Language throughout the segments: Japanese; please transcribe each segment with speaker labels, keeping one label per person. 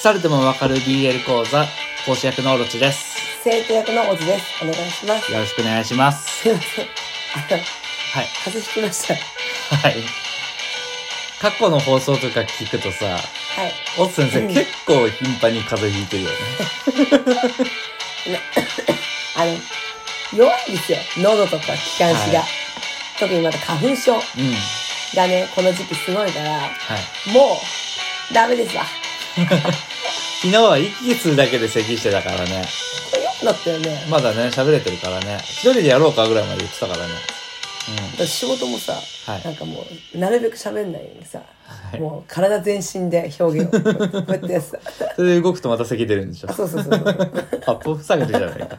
Speaker 1: 腐れてもわかる BL 講座、講師役のオロチです。
Speaker 2: 生徒役のオズです。お願いします。
Speaker 1: よろしくお願いします。
Speaker 2: すいません。あの、
Speaker 1: はい。
Speaker 2: 風邪ひきました。
Speaker 1: はい。過去の放送とか聞くとさ、
Speaker 2: はい。
Speaker 1: オツ先生、
Speaker 2: うん
Speaker 1: 結構頻繁に風邪ひいてるよね。
Speaker 2: あの、弱いんですよ。喉とか気管支が。
Speaker 1: はい
Speaker 2: 特にまた花粉症
Speaker 1: うん。
Speaker 2: がね、この時期すごいから、
Speaker 1: はい。
Speaker 2: もう、ダメですわ。
Speaker 1: 昨日は息するだけで咳してたからね。
Speaker 2: これ良くなったよね。
Speaker 1: まだね、喋れてるからね。一人でやろうかぐらいまで言ってたからね。
Speaker 2: 私仕事もさ、
Speaker 1: うん。はい
Speaker 2: な。んかもう、なるべく喋んないようにさ、
Speaker 1: はい
Speaker 2: もう体全身で表現を、こうやってやってた。
Speaker 1: それで動くとまた咳出るん でしょ
Speaker 2: あ、。そうそうそうそ
Speaker 1: ア
Speaker 2: う。
Speaker 1: ップ塞げてるじゃないか。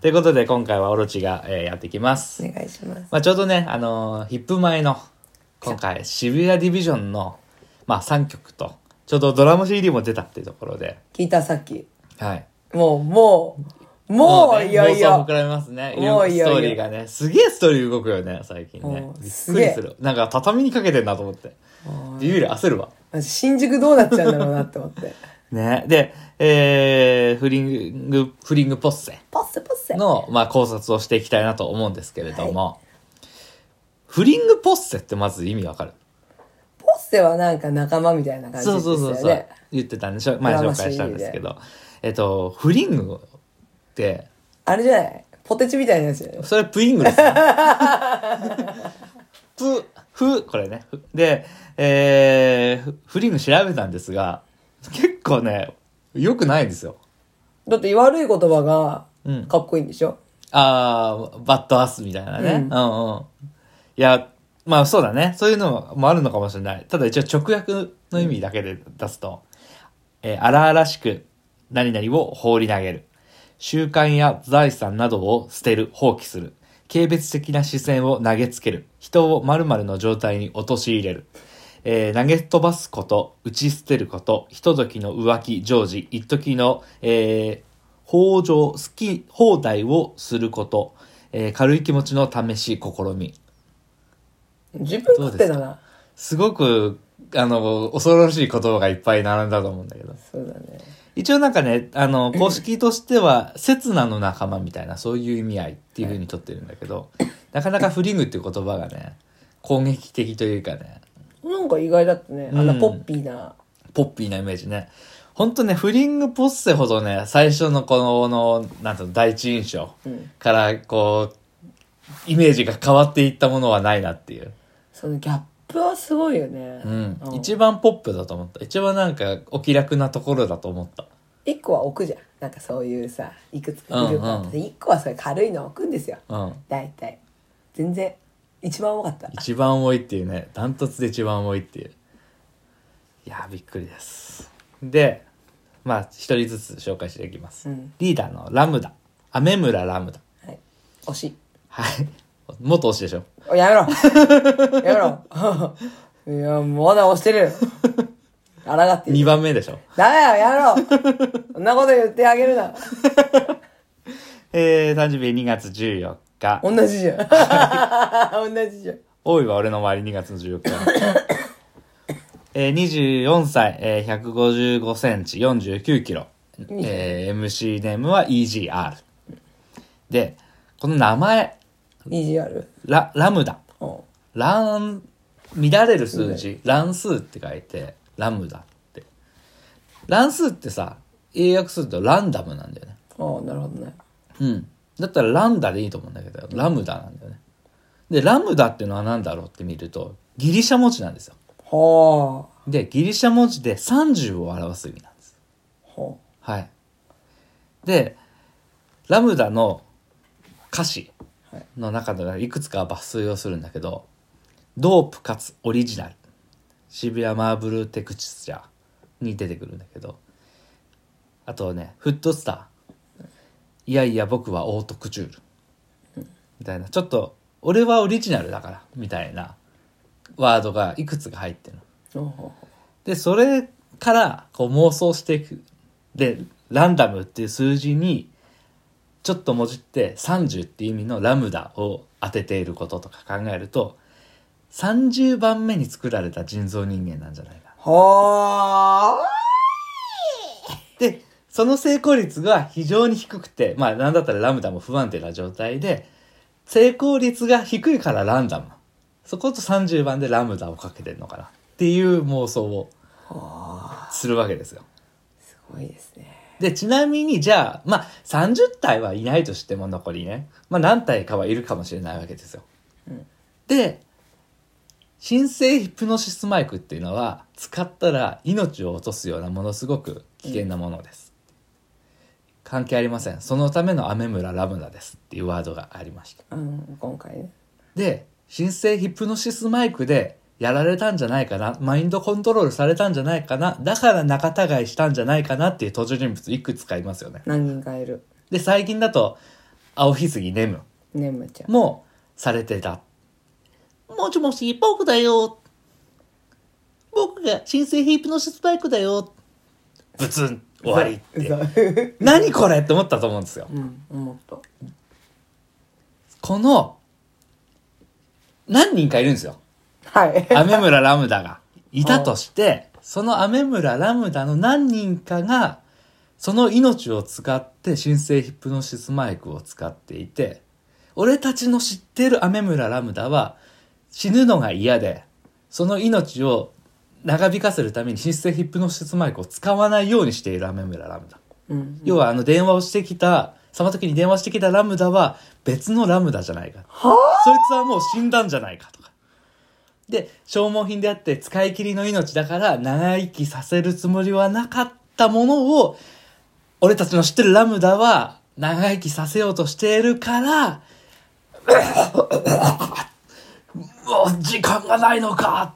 Speaker 1: ということで、今回はオロチが、えーやってきます。
Speaker 2: お願いします。
Speaker 1: まあ、ちょうどね、あのーヒップ前の、今回、渋谷ディビジョンの、まあ、3曲と、ちょうどドラム CD も出たっていうところで、
Speaker 2: 聞いたさっき。
Speaker 1: はい。
Speaker 2: もう、もう、もう、
Speaker 1: ね
Speaker 2: いよい
Speaker 1: 妄想
Speaker 2: よ
Speaker 1: 膨。らみますね。い
Speaker 2: も
Speaker 1: ろ
Speaker 2: う
Speaker 1: い
Speaker 2: い
Speaker 1: ろストー
Speaker 2: よいよ
Speaker 1: リーがね。すげえストーリー動くよね、最近ね
Speaker 2: も。う
Speaker 1: びっ
Speaker 2: す
Speaker 1: く
Speaker 2: げえ
Speaker 1: りする。なんか畳にかけてんなと思って。ビビる、焦るわ。
Speaker 2: マジ新宿どうなっちゃうんだろうなって思って。
Speaker 1: ね。で、えー、フリング、フリングポッセ
Speaker 2: ポッセポッセ。
Speaker 1: の、まあ、考察をしていきたいなと思うんですけれども、フリングポッセってまず意味わかる
Speaker 2: ポッセはなんか仲間みたいな感じですよ
Speaker 1: そうそ
Speaker 2: ね。
Speaker 1: うそうそう。言ってたんでしょ前
Speaker 2: ドラ
Speaker 1: 紹
Speaker 2: マ
Speaker 1: 介したんですけど。えっと、フリングって、
Speaker 2: あれじゃないポテチみたいなやつじゃない
Speaker 1: それプイングですよ。 プ、フ、これね。ふで、えー、フフリング調べたんですが、結構ね、良くないんですよ。
Speaker 2: だって悪い言葉が
Speaker 1: うん
Speaker 2: かっこいいんでしょ、
Speaker 1: あー、バッドアスみたいなね。う
Speaker 2: うんん、
Speaker 1: うんうんいや、まあそうだね。そういうのもあるのかもしれない。ただ一応直訳の意味だけで出すと、えー荒々しく何々を放り投げる。習慣や財産などを捨てる、放棄する。軽蔑的な視線を投げつける。人を〇〇の状態に陥れる。えー投げ飛ばすこと、打ち捨てること、ひとときの浮気、常時、一時の、えー、豊穣、好き放題をすること、えー軽い気持ちの試し、試み。
Speaker 2: 自分勝手だな。
Speaker 1: すごく、あの、恐ろしい言葉がいっぱい並んだと思うんだけど。
Speaker 2: そうだね。
Speaker 1: 一応なんかね、あの、公式としては、刹那の仲間みたいな、そういう意味合いっていう風に取ってるんだけ ど、なかなかフリングっていう言葉がね、攻撃的というかね、
Speaker 2: なんか意外だったね。あんなポッピーな。
Speaker 1: ポッピーなイメージね。ほんとね、フリングポッセほどね、最初のこの、のなんていうの、第一印象
Speaker 2: うん
Speaker 1: から、こう、イメージが変わっていったものはないなっていう。
Speaker 2: そのギャップはすごいよね。
Speaker 1: うん。
Speaker 2: 一
Speaker 1: 一番ポップだと思った。一番なんか、お気楽なところだと思った。
Speaker 2: 一個は置くじゃん。なんかそういうさ、いくつかグループあって
Speaker 1: う
Speaker 2: 一個はそれ軽いの置くんですよ。
Speaker 1: うん。
Speaker 2: 大体。全然、一番多かった。
Speaker 1: 一番重いっていうねダントツで一番重いっていういやーびっくりですでまあ一人ずつ紹介していきます、
Speaker 2: うん
Speaker 1: リーダーのラムダ雨村ラムダ
Speaker 2: はい。惜しい。
Speaker 1: はい元推しでしょ
Speaker 2: おやめろ やめろいや、まだ押してるよ。あらがって
Speaker 1: 2
Speaker 2: る。
Speaker 1: 番目でしょ
Speaker 2: ダメだよ、やめろそんなこと言ってあげるな。
Speaker 1: えー、誕生日2月14日
Speaker 2: 同じじゃん。 同じじゃん。
Speaker 1: 多いは俺の周り2月の14日えー、24歳、えー、155センチ、49キロ。えー、MC ネームは EGR。で、この名前、
Speaker 2: EGR?
Speaker 1: ラ、ラムダ。
Speaker 2: うん。は
Speaker 1: 乱、乱れる数字、乱数って書いて、ラムダって。乱数ってさ、英訳するとランダムなんだよね。
Speaker 2: あ、なるほどね。
Speaker 1: うん。だったらランダでいいと思うんだけど、ラムダなんだよね。で、ラムダっていうのは何だろうって見ると、ギリシャ文字なんですよ。
Speaker 2: は
Speaker 1: で、ギリシャ文字で30を表す意味なんです。
Speaker 2: あ。は
Speaker 1: はい。で、ラムダの歌詞の中でいくつか抜粋をするんだけど、ドープかつオリジナル。渋谷マーブルテクスチャーに出てくるんだけど、あとね、フットスター。いやいや、僕はオートクチュール。みたいな、ちょっと、俺はオリジナルだから、みたいなワードがいくつか入ってるの。
Speaker 2: あ。ほうほう
Speaker 1: で、それからこう妄想していく。で、ランダムっていう数字に、ちょっともじって30っていう意味のラムダを当てていることとか考えると、30番目に作られた人造人間なんじゃないか。
Speaker 2: はあ。
Speaker 1: で、その成功率が非常に低くて、まあなんだったらラムダも不安定な状態で、成功率が低いからランダム。そこと30番でラムダをかけてるのかなっていう妄想を
Speaker 2: あ
Speaker 1: するわけですよ。
Speaker 2: ーすごいですね。
Speaker 1: で、ちなみに、じゃあ、まあ、30体はいないとしても残りね、まあ、何体かはいるかもしれないわけですよ。
Speaker 2: うん
Speaker 1: で、新生ヒプノシスマイクっていうのは、使ったら命を落とすようなものすごく危険なものです。関係ありません。そのためのアメムララムダですっていうワードがありました。
Speaker 2: うん、今回ね。
Speaker 1: で、新生ヒプノシスマイクでやられたんじゃないかな、マインドコントロールされたんじゃないかな、だから仲違いしたんじゃないかなっていう登場人物いくつかいますよね。
Speaker 2: 何人かいる。
Speaker 1: で、最近だと、青ひすぎネム
Speaker 2: ねむちゃん。
Speaker 1: もされてた。もしもし、僕だよ。僕が新生ヒプノシスマイクだよ。ブツン、終わりって。
Speaker 2: うざ
Speaker 1: 何これって思ったと思うんですよ。
Speaker 2: うん、思った。
Speaker 1: この、何人かいるんですよ。
Speaker 2: はい。
Speaker 1: アメムララムダがいたとして、そのアメムララムダの何人かが、その命を使って新生ヒプノシスマイクを使っていて、俺たちの知ってるアメムララムダは死ぬのが嫌で、その命を長引かせるために新生ヒプノシスマイクを使わないようにしているアメムララムダ。
Speaker 2: うん。
Speaker 1: 要はあの電話をしてきた、その時に電話してきたラムダは別のラムダじゃないか。そいつはもう死んだんじゃないかとか。で、消耗品であって使い切りの命だから長生きさせるつもりはなかったものを、俺たちの知ってるラムダは長生きさせようとしているから、もう時間がないの か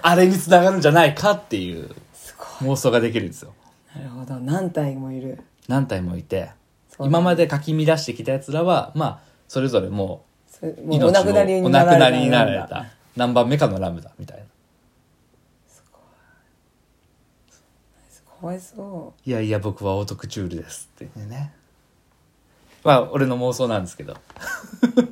Speaker 1: あれにつながるんじゃないかっていう
Speaker 2: すごい。
Speaker 1: 妄想ができるんですよ。
Speaker 2: なるほど。何体もいる。
Speaker 1: 何体もいて、
Speaker 2: そう
Speaker 1: 今までかき乱してきた奴らは、まあ、それぞれも
Speaker 2: それ
Speaker 1: う、
Speaker 2: もうお亡くなり
Speaker 1: お
Speaker 2: にな
Speaker 1: 亡く
Speaker 2: られた。
Speaker 1: なりになられた。何番目かのラムダ、みたいな。
Speaker 2: かわいそ
Speaker 1: いやいや、僕はオートクチュールですっていうね。まあ、俺の妄想なんですけど。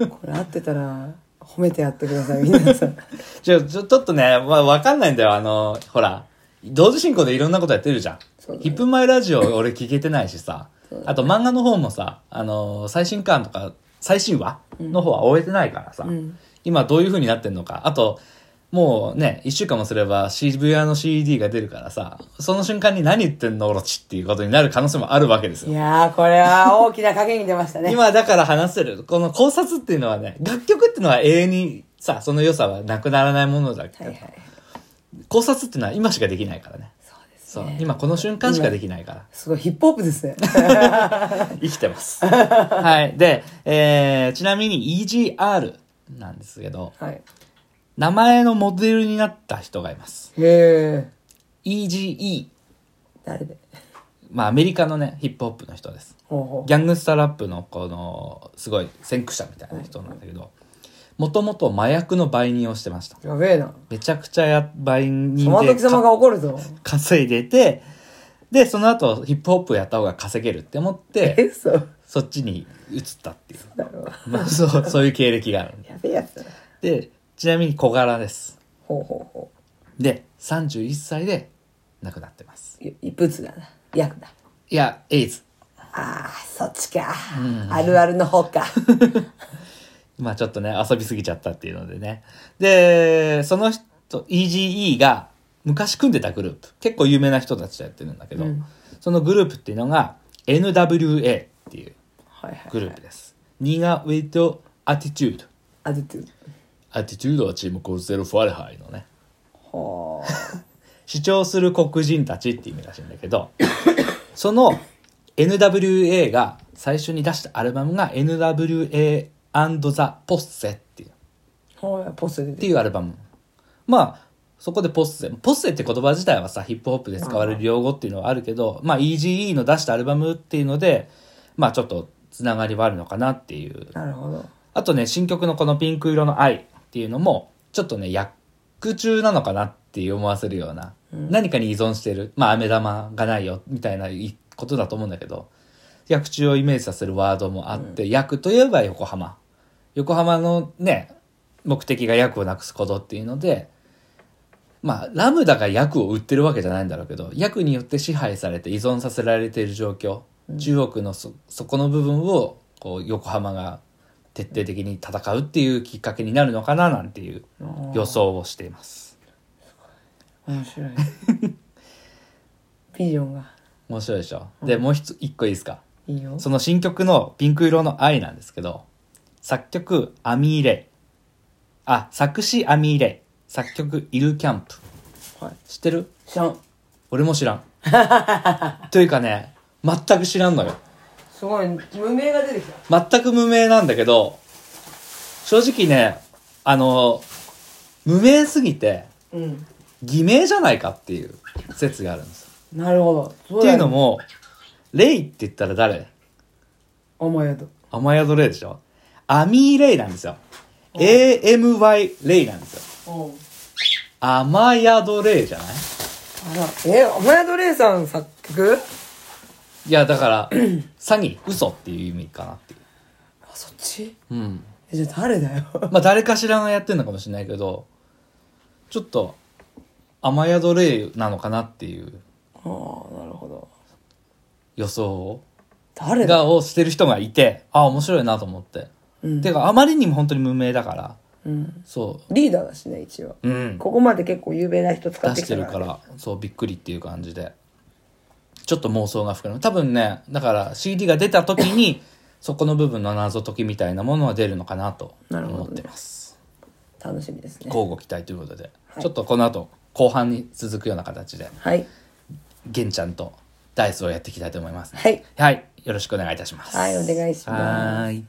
Speaker 2: う。これ合ってたら、褒めてやってください、皆さん。
Speaker 1: じゃあ、ちょちょっとね、まあ、わかんないんだよ。あの、ほら、同時進行でいろんなことやってるじゃん。
Speaker 2: そうだね
Speaker 1: ヒップマイラジオ俺聞けてないしさ。あと漫画の方もさ、あの、最新刊とか、最新話の方は終えてないからさ。
Speaker 2: うん。
Speaker 1: 今どういう風になってんのか。あと、もうね、一週間もすれば渋谷の CD が出るからさ、その瞬間に何言ってんのオロチっていうことになる可能性もあるわけです
Speaker 2: い
Speaker 1: よ。
Speaker 2: やー、これは大きな影に出ましたね。
Speaker 1: 今だから話せる、この考察っていうのはね、楽曲っていうのは永遠にさ、その良さはなくならないものだけ
Speaker 2: はい
Speaker 1: ど、
Speaker 2: はい。
Speaker 1: 考察っていうのは今しかできないからね。
Speaker 2: そうです
Speaker 1: そう、
Speaker 2: ね。
Speaker 1: 今この瞬間しかできないから。
Speaker 2: すごいヒップホップですね。
Speaker 1: 生きてます。 はい。で、えー、ちなみに EGR なんですけど、
Speaker 2: はい。
Speaker 1: 名前のモデルになった人がいます。
Speaker 2: へえ。
Speaker 1: EGE
Speaker 2: 誰で
Speaker 1: まあ、アメリカのね、ヒップホップの人です。
Speaker 2: ほうほ
Speaker 1: ギャングスタラップの、この、すごい先駆者みたいな人なんだけど、もともと麻薬の売人をしてました。
Speaker 2: う。やべえな。
Speaker 1: めちゃくちゃや売人
Speaker 2: その
Speaker 1: で
Speaker 2: 時様
Speaker 1: か
Speaker 2: が怒るぞ。
Speaker 1: 稼いでて、で、その後、ヒップホップやった方が稼げるって思 って、
Speaker 2: え、そう。
Speaker 1: そっちに移ったっていう。
Speaker 2: だろう。
Speaker 1: まあ、 そう、そういう経歴がある。
Speaker 2: やべえやつだな。
Speaker 1: で、ちなみに小柄です。
Speaker 2: ほうほうほ
Speaker 1: で、31歳で亡くなってます。
Speaker 2: う。い異物だな。薬だ。
Speaker 1: いや、エイズ。
Speaker 2: ああ、そっちか。あるあるの方か。
Speaker 1: まあちょっとね、遊びすぎちゃったっていうのでね。で、その人、EGE が昔組んでたグループ、結構有名な人たちとやってるんだけど、
Speaker 2: うん
Speaker 1: そのグループっていうのが NWA っていう
Speaker 2: はいはい。
Speaker 1: グループです。ニガウェイトアティチュード。
Speaker 2: アディトゥード。
Speaker 1: アティチュードはチームコーゼロファレハイのね、
Speaker 2: ほう。
Speaker 1: 主張する黒人たちっていう意味らしいんだけど、その NWA が最初に出したアルバムが NWA&The Posse っていう。
Speaker 2: ほう、ポスト出
Speaker 1: ってていうアルバム。まあ、そこでポッセ。ポッセって言葉自体はさ、ヒップホップで使われる用語っていうのはあるけど、まあ EGE の出したアルバムっていうので、まあちょっとつながりはあるのかなっていう。
Speaker 2: なるほど。
Speaker 1: あとね、新曲のこのピンク色の愛っていうのも、ちょっとね、薬中なのかなって思わせるような、何かに依存してる。まあ飴玉がないよ、みたいないことだと思うんだけど、薬中をイメージさせるワードもあって、薬といえば横浜。横浜のね、目的が薬をなくすことっていうので、まあ、ラムダが薬を売ってるわけじゃないんだろうけど、薬によって支配されて依存させられている状況、中国のそ、そこの部分を、こう、横浜が徹底的に戦うっていうきっかけになるのかな、なんていう予想をしています。
Speaker 2: 面白いビジョンが
Speaker 1: 面白いでしょで、もう一つ、一個いいですか
Speaker 2: いいよ
Speaker 1: その新曲のピンク色の愛なんですけど、作曲、アミーレイ。あ、作詞、アミーレイ。作曲、イルキャンプ。
Speaker 2: はい
Speaker 1: 知ってる
Speaker 2: 知らん
Speaker 1: 俺も知らん。 というかね、全く知らんのよ。
Speaker 2: すごい無名が出てきた
Speaker 1: 全く無名なんだけど、正直ね、あの、無名すぎて、
Speaker 2: うん
Speaker 1: 偽名じゃないかっていう説があるんですよ。
Speaker 2: なるほどそ
Speaker 1: って
Speaker 2: だ
Speaker 1: い
Speaker 2: よ
Speaker 1: うのも、レイって言ったら誰
Speaker 2: お前やと
Speaker 1: 雨宿レイでしょアミーレイなんですよ。AMY レイなんですよ。
Speaker 2: おう
Speaker 1: 雨宿レイじゃない
Speaker 2: あらえお前やとレイさん作曲
Speaker 1: いや、だ から、詐欺、嘘っていう意味かなってい
Speaker 2: あそっち
Speaker 1: う。うん。
Speaker 2: えじゃあ誰だよ
Speaker 1: まあ誰かしらがやってるのかもしれないけど、ちょっと、雨宿レイなのかなっていう
Speaker 2: ああなるほど
Speaker 1: 予想を、
Speaker 2: 誰だ
Speaker 1: がをしてる人がいて、あ面白いなと思って。
Speaker 2: うん
Speaker 1: てか、あまりにも本当に無名だから、
Speaker 2: うん
Speaker 1: そ
Speaker 2: リーダーだしね一応
Speaker 1: う。うん。
Speaker 2: ここまで結構有名な人使っ
Speaker 1: 出し
Speaker 2: てき
Speaker 1: て
Speaker 2: た
Speaker 1: るから、そう、びっくりっていう感じで。ちょっと妄想が膨らむ。多分ね、だから CD が出た時 に、そこの部分の謎解きみたいなものは出るのかなと
Speaker 2: なるほどね
Speaker 1: 思ってます。
Speaker 2: 楽しみですね
Speaker 1: 交互期待ということで、
Speaker 2: い
Speaker 1: ちょっとこの後、後半に続くような形で、
Speaker 2: はい
Speaker 1: 玄ちゃんとダイスをやっていきたいと思います。
Speaker 2: はい
Speaker 1: はい、よろしくお願いいたします。
Speaker 2: はいお願いします
Speaker 1: はーい